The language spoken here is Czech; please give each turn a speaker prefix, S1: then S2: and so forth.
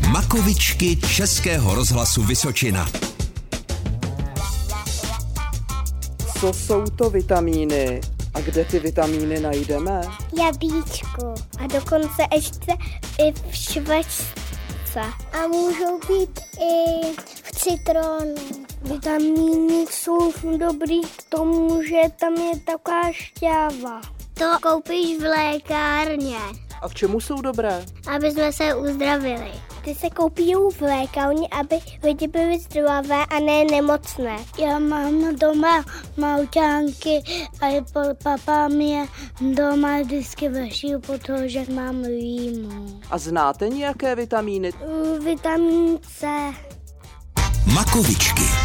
S1: Píkovičky Českého rozhlasu Vysočina.
S2: Co jsou to vitamíny? A kde ty vitamíny najdeme?
S3: jabíčku a dokonce ještě i v švečce. A můžou být i v citronu. Vitamíny jsou dobrý k tomu, že tam je taková šťáva. To koupíš v lékárně,
S2: A k čemu jsou dobré?
S3: aby jsme se uzdravili. Ty se koupí v lékárně, aby lidi byli zdravé a ne nemocné. Já mám doma mauťánky a i po- papa mi je doma vždycky vršil, protože mám rýmu.
S2: A znáte nějaké vitamíny?
S3: Vitamin C.
S1: Makovičky.